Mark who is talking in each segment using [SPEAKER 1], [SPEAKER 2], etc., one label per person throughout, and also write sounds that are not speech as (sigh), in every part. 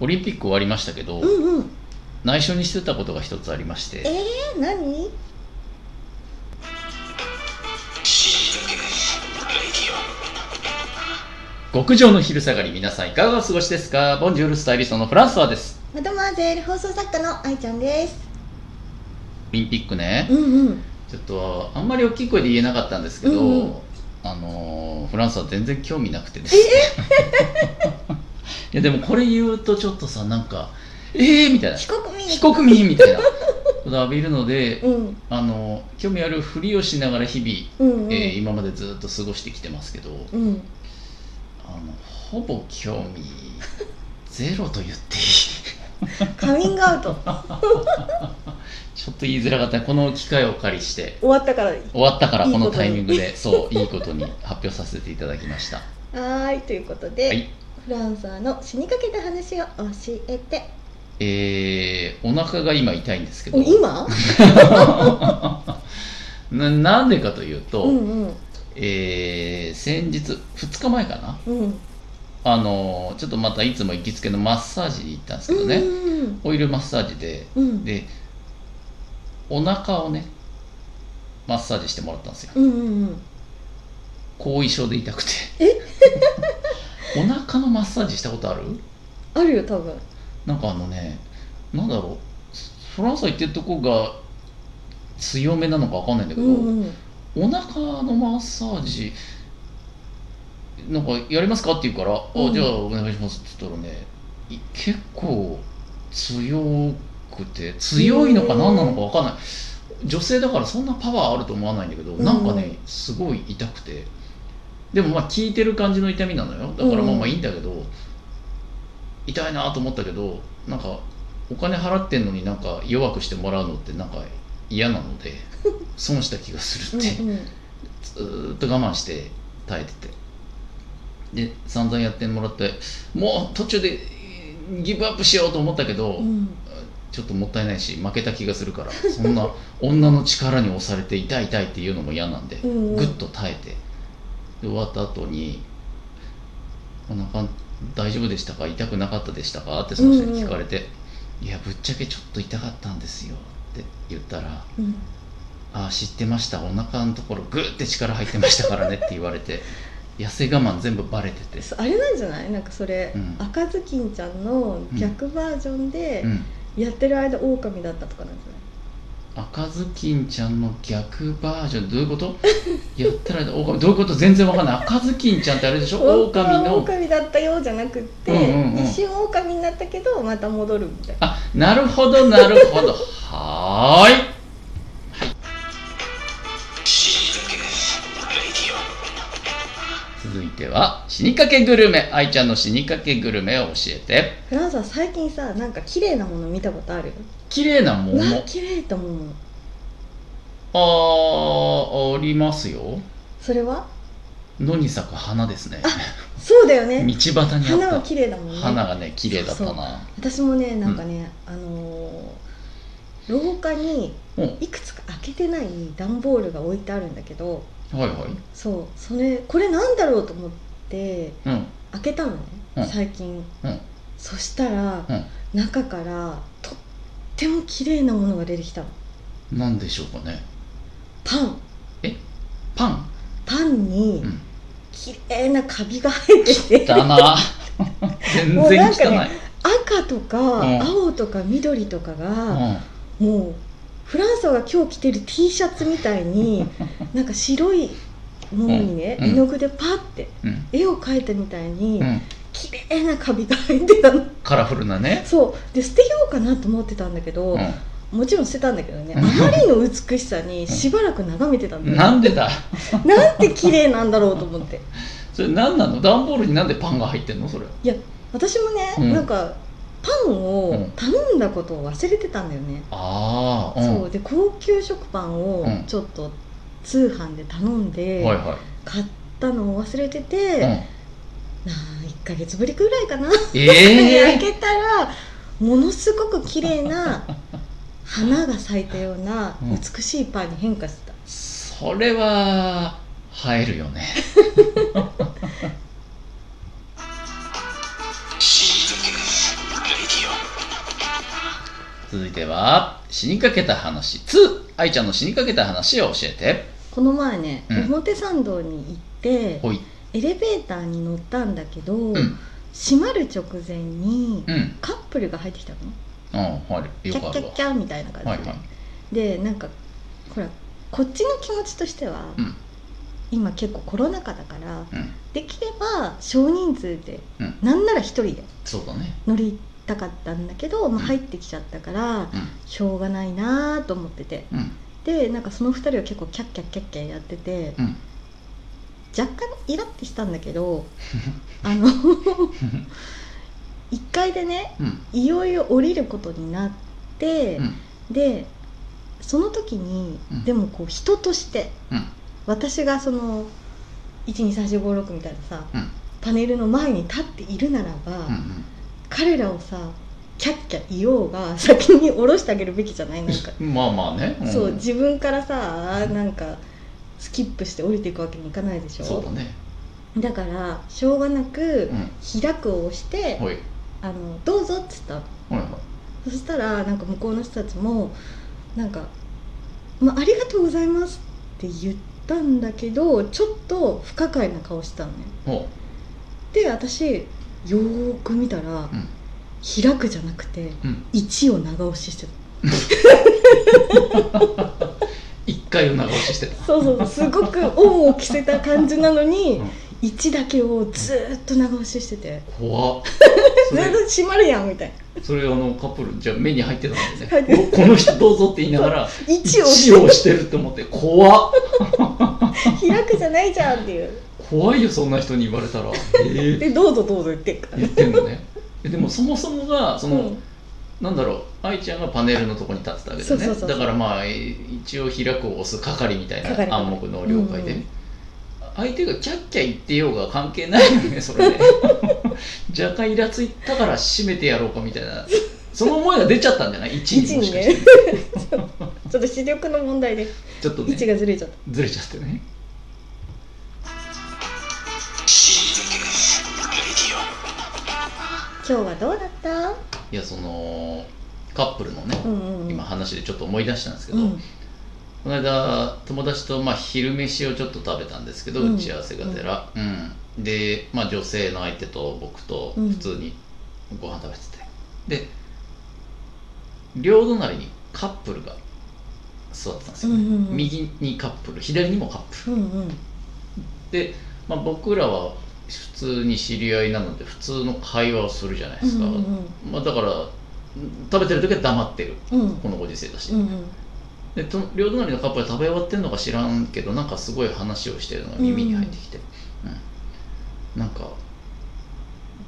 [SPEAKER 1] オリンピック終わりましたけど、
[SPEAKER 2] うんうん
[SPEAKER 1] 内緒にしてたことが一つありまして
[SPEAKER 2] えー、何
[SPEAKER 1] 極上の昼下がり皆さんいかがお過ごしですかボンジュールスタイリストのフランスワです
[SPEAKER 2] マドマーゼール放送作家の愛ちゃんです
[SPEAKER 1] オリンピックね
[SPEAKER 2] うんうん
[SPEAKER 1] ちょっとあんまり大きい声で言えなかったんですけど、
[SPEAKER 2] うんうん
[SPEAKER 1] あのーフランスは全然興味なくてですね (laughs) いやでもこれ言うとちょっとさなんかえーみたいな
[SPEAKER 2] 被告民
[SPEAKER 1] 非国民みたいなことを浴びるので
[SPEAKER 2] うん
[SPEAKER 1] あの興味あるふりをしながら日々、
[SPEAKER 2] うんうん、
[SPEAKER 1] えー今までずっと過ごしてきてますけど、
[SPEAKER 2] うん
[SPEAKER 1] あのほぼ興味ゼロと言っていい
[SPEAKER 2] カミングアウト
[SPEAKER 1] ちょっと言いづらかったこの機会をお借りして
[SPEAKER 2] 終わったからは
[SPEAKER 1] 終わったから
[SPEAKER 2] いい
[SPEAKER 1] この
[SPEAKER 2] ことに
[SPEAKER 1] タイミングでそういいことに発表させていただきました
[SPEAKER 2] ーいということで、
[SPEAKER 1] はい
[SPEAKER 2] フランサーの死にかけた話を教えて
[SPEAKER 1] えー、お腹が今痛いんですけど
[SPEAKER 2] お今
[SPEAKER 1] (laughs) ななんでかというと、
[SPEAKER 2] うんうん
[SPEAKER 1] えー先日2日前かな
[SPEAKER 2] うん
[SPEAKER 1] あのちょっとまたいつも行きつけのマッサージに行ったんですけどね、
[SPEAKER 2] うん
[SPEAKER 1] オイルマッサージで
[SPEAKER 2] うん
[SPEAKER 1] でお腹をねマッサージしてもらったんですよ
[SPEAKER 2] うんうんうん
[SPEAKER 1] 後遺症で痛くて (laughs) お腹のマッサージしたことある
[SPEAKER 2] あるよ多分
[SPEAKER 1] なんかあのねなんだろうフランスは行ってるとこが強めなのかわかんないんだけ
[SPEAKER 2] う
[SPEAKER 1] ど、
[SPEAKER 2] んうん
[SPEAKER 1] お腹のマッサージなんかやりますかって言うから「
[SPEAKER 2] うん
[SPEAKER 1] あじゃあお願いします」って言ったらねい結構強くて強いのか何なのか分かんない女性だからそんなパワーあると思わないんだけど、
[SPEAKER 2] うん
[SPEAKER 1] なんかねすごい痛くてでもまあ効いてる感じの痛みなのよだからまあまあいいんだけど、痛いなと思ったけどなんかお金払ってんのになんか弱くしてもらうのってなんか嫌なの
[SPEAKER 2] (laughs)
[SPEAKER 1] で損した気がするって
[SPEAKER 2] うんうん
[SPEAKER 1] ずーっと我慢して耐えててで散々やってもらってもう途中でえーギブアップしようと思ったけど、
[SPEAKER 2] うん
[SPEAKER 1] ちょっともったいないし負けた気がするからそんな (laughs) 女の力に押されて痛い痛いっていうのも嫌なんで、
[SPEAKER 2] うんうん
[SPEAKER 1] ぐっと耐えてで終わった後に「お腹大丈夫でしたか痛くなかったでしたか?」ってその人に聞かれて「いやぶっちゃけちょっと痛かったんですよ」って言ったら「
[SPEAKER 2] うん
[SPEAKER 1] ああ知ってましたお腹のところグーって力入ってましたからねって言われて痩せ我慢全部バレてて、
[SPEAKER 2] そうあれなんじゃないなんかそれ、
[SPEAKER 1] うん
[SPEAKER 2] 赤ずきんちゃんの逆バージョンで
[SPEAKER 1] うん、
[SPEAKER 2] やってる間狼だったとかなんじゃ
[SPEAKER 1] 赤ずきんちゃんの逆バージョンどういうことやったら狼どういうこと全然わかんない赤ずきんちゃんってあれでしょ
[SPEAKER 2] ない
[SPEAKER 1] 狼
[SPEAKER 2] 本当は
[SPEAKER 1] の
[SPEAKER 2] 狼だったようじゃなくって、
[SPEAKER 1] うんうんうん
[SPEAKER 2] 一瞬狼になったけどまた戻るみたいな
[SPEAKER 1] あなるほどなるほどはーい続いては死にかけグルメ愛ちゃんの死にかけグルメを教えて
[SPEAKER 2] フランスは最近さなんか綺麗なもの見たことある
[SPEAKER 1] 綺麗なも
[SPEAKER 2] う
[SPEAKER 1] の
[SPEAKER 2] わ綺麗と思うの
[SPEAKER 1] あーありますよ
[SPEAKER 2] それは
[SPEAKER 1] 野に咲く花ですね
[SPEAKER 2] そうだよ
[SPEAKER 1] 道端
[SPEAKER 2] ね
[SPEAKER 1] にあった
[SPEAKER 2] 花は
[SPEAKER 1] 花
[SPEAKER 2] 綺麗だもんね
[SPEAKER 1] がね綺麗だったな
[SPEAKER 2] 私もねなんかね、あのー廊下に
[SPEAKER 1] うん
[SPEAKER 2] いくつか開けてない段ボールが置いてあるんだけど
[SPEAKER 1] はいはい
[SPEAKER 2] そうそれこれなんだろうと思って
[SPEAKER 1] うん
[SPEAKER 2] 開けたのね、
[SPEAKER 1] うん
[SPEAKER 2] 最近、
[SPEAKER 1] うん
[SPEAKER 2] そしたら、
[SPEAKER 1] うん
[SPEAKER 2] 中からとっても綺麗なものが出てきたの
[SPEAKER 1] なんでしょうかね
[SPEAKER 2] パン
[SPEAKER 1] パ
[SPEAKER 2] (laughs)
[SPEAKER 1] ン
[SPEAKER 2] パンに
[SPEAKER 1] うん
[SPEAKER 2] 綺麗なカビが入ってて
[SPEAKER 1] だな全然汚
[SPEAKER 2] もうなん
[SPEAKER 1] い、
[SPEAKER 2] かね赤とか、
[SPEAKER 1] うん
[SPEAKER 2] 青とか緑とか
[SPEAKER 1] うん
[SPEAKER 2] が、もうフランソが今日着てる T シャツみた
[SPEAKER 1] (laughs)
[SPEAKER 2] いになんか白いものにね、
[SPEAKER 1] うん
[SPEAKER 2] 絵の具でパッて
[SPEAKER 1] うん
[SPEAKER 2] 絵を描いたみたいに、
[SPEAKER 1] うん
[SPEAKER 2] 綺麗なカビが入ってたの
[SPEAKER 1] カラフルなね
[SPEAKER 2] そうで捨てようかなと思ってたんだけど、
[SPEAKER 1] う
[SPEAKER 2] もちろん捨てたんだけどね
[SPEAKER 1] う
[SPEAKER 2] あ
[SPEAKER 1] ん
[SPEAKER 2] まりの美しさにしばらく眺めてたんだ
[SPEAKER 1] ん
[SPEAKER 2] よ
[SPEAKER 1] なんでだ
[SPEAKER 2] なんて綺麗なんだろうと思って
[SPEAKER 1] それなんなの段ボールになんでパンが入ってんのそれ
[SPEAKER 2] 私もね、
[SPEAKER 1] うん
[SPEAKER 2] なんかパンを頼んだことを忘れてたんだよね、
[SPEAKER 1] ああ
[SPEAKER 2] そうで高級食パンを
[SPEAKER 1] うん
[SPEAKER 2] ちょっと通販で頼んで、
[SPEAKER 1] はいは
[SPEAKER 2] 買ったのを忘れて
[SPEAKER 1] い、
[SPEAKER 2] て、
[SPEAKER 1] う、
[SPEAKER 2] (laughs) なんあ1ヶ月ぶりくらいかな、開 (laughs)
[SPEAKER 1] ええ
[SPEAKER 2] けたらものすごく綺麗な花が咲いたような
[SPEAKER 1] うん
[SPEAKER 2] 美しいパンに変化してた、
[SPEAKER 1] それは映えるよね続いては死にかけた話2愛ちゃんの死にかけた話を教えて
[SPEAKER 2] この前ね、
[SPEAKER 1] うん
[SPEAKER 2] 表参道に行って
[SPEAKER 1] ほい
[SPEAKER 2] エレベーターに乗ったんだけど、
[SPEAKER 1] ん
[SPEAKER 2] 閉まる直前に
[SPEAKER 1] うん
[SPEAKER 2] カップルが入ってきたのね
[SPEAKER 1] ああはい
[SPEAKER 2] キ
[SPEAKER 1] よ
[SPEAKER 2] ャ
[SPEAKER 1] く
[SPEAKER 2] ッ
[SPEAKER 1] あ
[SPEAKER 2] キ
[SPEAKER 1] る
[SPEAKER 2] ャッキャみたいな感じ
[SPEAKER 1] わ
[SPEAKER 2] で、
[SPEAKER 1] はいはい
[SPEAKER 2] でなんかほらこっちの気持ちとしては、
[SPEAKER 1] うん
[SPEAKER 2] 今結構コロナ禍だから
[SPEAKER 1] うん
[SPEAKER 2] できれば少人数で、
[SPEAKER 1] うん
[SPEAKER 2] なんなら一人で
[SPEAKER 1] そうだね
[SPEAKER 2] 乗りたかったんだけど、ま
[SPEAKER 1] う
[SPEAKER 2] あ、
[SPEAKER 1] ん
[SPEAKER 2] 入ってきちゃったから
[SPEAKER 1] う
[SPEAKER 2] しょうがないなと思ってて
[SPEAKER 1] んうん
[SPEAKER 2] でなんかその2人は結構キャッキャッキャッキャやってて
[SPEAKER 1] うん
[SPEAKER 2] 若干イラってしたんだけどあの1階でね
[SPEAKER 1] うん
[SPEAKER 2] いよいよ降りることになって、
[SPEAKER 1] うん
[SPEAKER 2] でその時に、
[SPEAKER 1] うん
[SPEAKER 2] でもこう人として
[SPEAKER 1] うん
[SPEAKER 2] 私がその123456みたいなさ
[SPEAKER 1] うん
[SPEAKER 2] パネルの前に立っているならば、
[SPEAKER 1] うんうん
[SPEAKER 2] 彼らをさキャッキャ言おうが先に下ろしてあげるべきじゃないなんか、
[SPEAKER 1] まあまあね、ん
[SPEAKER 2] そう自分からさなんかスキップして降りていくわけにいかないでしょ
[SPEAKER 1] そうだね
[SPEAKER 2] だからしょうがな
[SPEAKER 1] う
[SPEAKER 2] く
[SPEAKER 1] ん
[SPEAKER 2] 「開く」を押して
[SPEAKER 1] ほい
[SPEAKER 2] 「あのどうぞ」っつったの
[SPEAKER 1] ほいほ
[SPEAKER 2] そしたらなんか向こうの人たちもなんか「まあ、ありがとうございます」って言ったんだけどちょっと不可解な顔したのね
[SPEAKER 1] いほ
[SPEAKER 2] で私よーく見たら
[SPEAKER 1] ううん
[SPEAKER 2] 「開く」じゃなくて
[SPEAKER 1] うん
[SPEAKER 2] 「1」を長押ししてた
[SPEAKER 1] 一回を長押ししてた
[SPEAKER 2] そうそうすごく恩を着せた感じなの (laughs) に
[SPEAKER 1] うん
[SPEAKER 2] 1だけをずーっと長押ししてて
[SPEAKER 1] 怖っそ
[SPEAKER 2] ずーっと
[SPEAKER 1] れ
[SPEAKER 2] 閉まるやんみたいな
[SPEAKER 1] それあのカップルじゃあ目に入ってたんだ
[SPEAKER 2] 入
[SPEAKER 1] よ
[SPEAKER 2] っ
[SPEAKER 1] ね
[SPEAKER 2] て
[SPEAKER 1] ここの人どうぞって言いながら
[SPEAKER 2] 1
[SPEAKER 1] 一
[SPEAKER 2] を
[SPEAKER 1] をしてるって思って怖っ
[SPEAKER 2] 開くじゃないじゃんっていう
[SPEAKER 1] 怖いよそんな人に言われたらええ
[SPEAKER 2] でどうぞどうぞ言ってるから
[SPEAKER 1] 言ってんのねえでもそもそもがその、
[SPEAKER 2] うん
[SPEAKER 1] なんだろう愛ちゃんがパネルのとこに立ってたわけだよね
[SPEAKER 2] そうそうそうそう
[SPEAKER 1] だからまあい一応開くを押す係みたい
[SPEAKER 2] 係
[SPEAKER 1] な暗黙の了解で、
[SPEAKER 2] うんうん
[SPEAKER 1] 相手がキャッキャ言ってようが関係ないよねそれ
[SPEAKER 2] (laughs)
[SPEAKER 1] ね若干イラついたから閉めてやろうかみたいなその思いが出ちゃったんじゃない一
[SPEAKER 2] 1
[SPEAKER 1] にも
[SPEAKER 2] に
[SPEAKER 1] しか
[SPEAKER 2] ね
[SPEAKER 1] して、
[SPEAKER 2] (laughs) ちょっと視力の問題で
[SPEAKER 1] ちょっと
[SPEAKER 2] 位置
[SPEAKER 1] ね
[SPEAKER 2] がずれちゃった
[SPEAKER 1] ずれちゃってね
[SPEAKER 2] 今日はどうだった
[SPEAKER 1] いやそのカップルのね、
[SPEAKER 2] うんうんうん
[SPEAKER 1] 今話でちょっと思い出したんですけ
[SPEAKER 2] う
[SPEAKER 1] ど、
[SPEAKER 2] ん
[SPEAKER 1] この間友達とまあ昼飯をちょっと食べたんですけど、
[SPEAKER 2] うん
[SPEAKER 1] 打ち合わせがてら、うんで、まあ、女性の相手と僕と
[SPEAKER 2] うん
[SPEAKER 1] 普通にご飯食べてて、で両隣にカップルが座ってたんですよ、ね
[SPEAKER 2] うんうんうん
[SPEAKER 1] 右にカップル左にもカップル
[SPEAKER 2] うんうん
[SPEAKER 1] で、まあ、僕らは普通に知り合いなので普通の会話をするじゃないですか、
[SPEAKER 2] うん
[SPEAKER 1] まあ、だから食べてる時は黙ってる
[SPEAKER 2] うんうん
[SPEAKER 1] このご時世だし、
[SPEAKER 2] うんうん
[SPEAKER 1] でと両隣のカップル食べ終わってるのか知らんけどなんかすごい話をしてるのが耳に入ってきて、うんなんか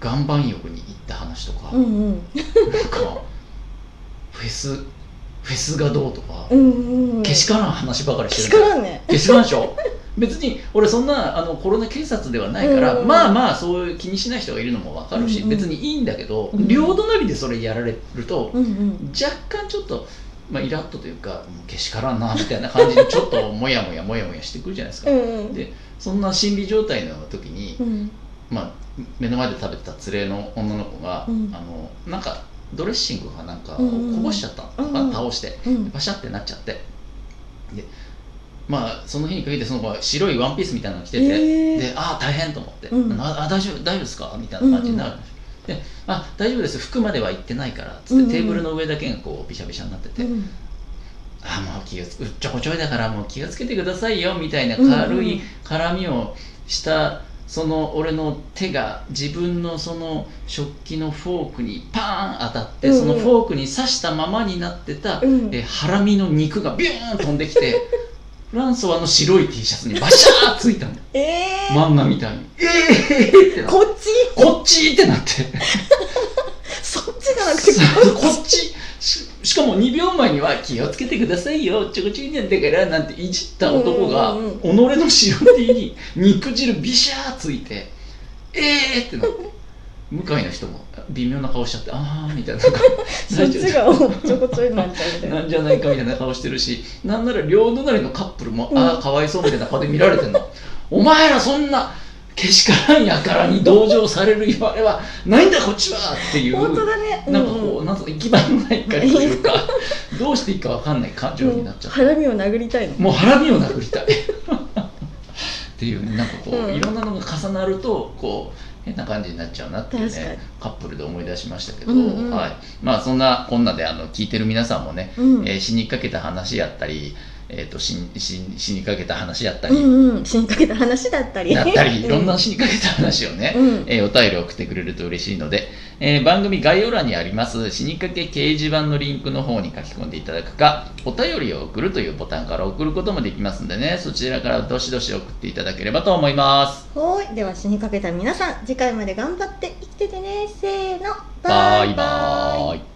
[SPEAKER 1] 岩盤浴に行った話とか、
[SPEAKER 2] うんうん
[SPEAKER 1] なんかフェスフェスがどうとか、
[SPEAKER 2] うんうんうん
[SPEAKER 1] けしからん話ばかりして
[SPEAKER 2] け
[SPEAKER 1] る
[SPEAKER 2] し
[SPEAKER 1] んだよ
[SPEAKER 2] からんね
[SPEAKER 1] けしからんでしょ別に俺そんなあのコロナ警察ではないから、
[SPEAKER 2] うんうんうん
[SPEAKER 1] まあまあそういう気にしない人がいるのも分かるし、
[SPEAKER 2] うんうん
[SPEAKER 1] 別にいいんだけど、
[SPEAKER 2] うん
[SPEAKER 1] 両隣でそれやられると、
[SPEAKER 2] うんうん
[SPEAKER 1] 若干ちょっと、まあ、イラッとというかもうけしからんなみたいな感じでちょっとモヤモヤモヤモヤしてくるじゃないですか、
[SPEAKER 2] うんうん
[SPEAKER 1] でそんな心理状態の時に、
[SPEAKER 2] うん
[SPEAKER 1] まあ、目の前で食べてた連れの女の子が、
[SPEAKER 2] うん
[SPEAKER 1] あのなんかドレッシングがなんかこ
[SPEAKER 2] うんうんうん
[SPEAKER 1] ぼしちゃったのかな、
[SPEAKER 2] うんうん
[SPEAKER 1] 倒して
[SPEAKER 2] うん
[SPEAKER 1] パシャってなっちゃってでまあその日に限ってその子は白いワンピースみたいなの着てて、
[SPEAKER 2] えー
[SPEAKER 1] でああ大変と思って、
[SPEAKER 2] うん
[SPEAKER 1] ああ大丈夫大丈夫ですかみたいな感じになる、であ大丈夫です服までは行ってないからつって、
[SPEAKER 2] うんうん
[SPEAKER 1] テーブルの上だけがこうびしゃびしゃになってて、
[SPEAKER 2] うん
[SPEAKER 1] あもう気がつうっちょこちょいだからもう気がつけてくださいよみたいな軽い絡みをしたその俺の手が自分のその食器のフォークにパーン当たって
[SPEAKER 2] うんうん
[SPEAKER 1] そのフォークに刺したままになってた
[SPEAKER 2] うん
[SPEAKER 1] えーハラミの肉がビューン飛んできて (laughs) フランソワの白い T シャツにバシャーついたの
[SPEAKER 2] えー
[SPEAKER 1] 漫画みたいに「ええー!」ってなって
[SPEAKER 2] こっち
[SPEAKER 1] こ (laughs) っちってなって。
[SPEAKER 2] そっちじゃなくてこ
[SPEAKER 1] こっちししかも2秒前には気をつけてくださいよちょこちょいなんだからなんていじった男が
[SPEAKER 2] うんうんうん
[SPEAKER 1] 己の白 T に肉汁ビシャーついてえーってなって向かいの人も微妙な顔しちゃってあーみたいななんか
[SPEAKER 2] そっちがおっちょこちょいになっちゃうみたい
[SPEAKER 1] な
[SPEAKER 2] なん
[SPEAKER 1] じゃないかみたいな顔してるしなんなら両隣のカップルも、ああかわいそうみたいな顔で見られてんのお前らそんなけしからんやからに同情される言われはないんだこっちはっていう
[SPEAKER 2] 本当だね
[SPEAKER 1] なんかこう、うなんつうの行き場のない怒りという
[SPEAKER 2] (laughs)
[SPEAKER 1] かどうしていいかわかんない感情になっちゃ
[SPEAKER 2] ハラミを殴りたいの
[SPEAKER 1] うもう腹身を殴りたいっていうねなんかこう、
[SPEAKER 2] うん
[SPEAKER 1] いろんなのが重なるとこう変な感じになっちゃうなっていう
[SPEAKER 2] 確か
[SPEAKER 1] ね
[SPEAKER 2] に
[SPEAKER 1] カップルで思い出しましたけど、
[SPEAKER 2] うんうん
[SPEAKER 1] はい、まあそんなこんなであの聞いてる皆さんもね
[SPEAKER 2] うん
[SPEAKER 1] えー死にかけた話やったり、えー、と死に死に死にかけた話やった
[SPEAKER 2] う
[SPEAKER 1] り、
[SPEAKER 2] んうん死にかけた話だったり
[SPEAKER 1] だったりいろんな
[SPEAKER 2] (laughs) う
[SPEAKER 1] 死にかけた話をね、
[SPEAKER 2] うん
[SPEAKER 1] えーお便りを送ってくれると嬉しいので、えー番組概要欄にあります死にかけ掲示板のリンクの方に書き込んでいただくかお便りを送るというボタンから送ることもできますんでねそちらからどしどし送っていただければと思います
[SPEAKER 2] はーいでは死にかけた皆さん次回まで頑張って生きててねせーの
[SPEAKER 1] バイバーイ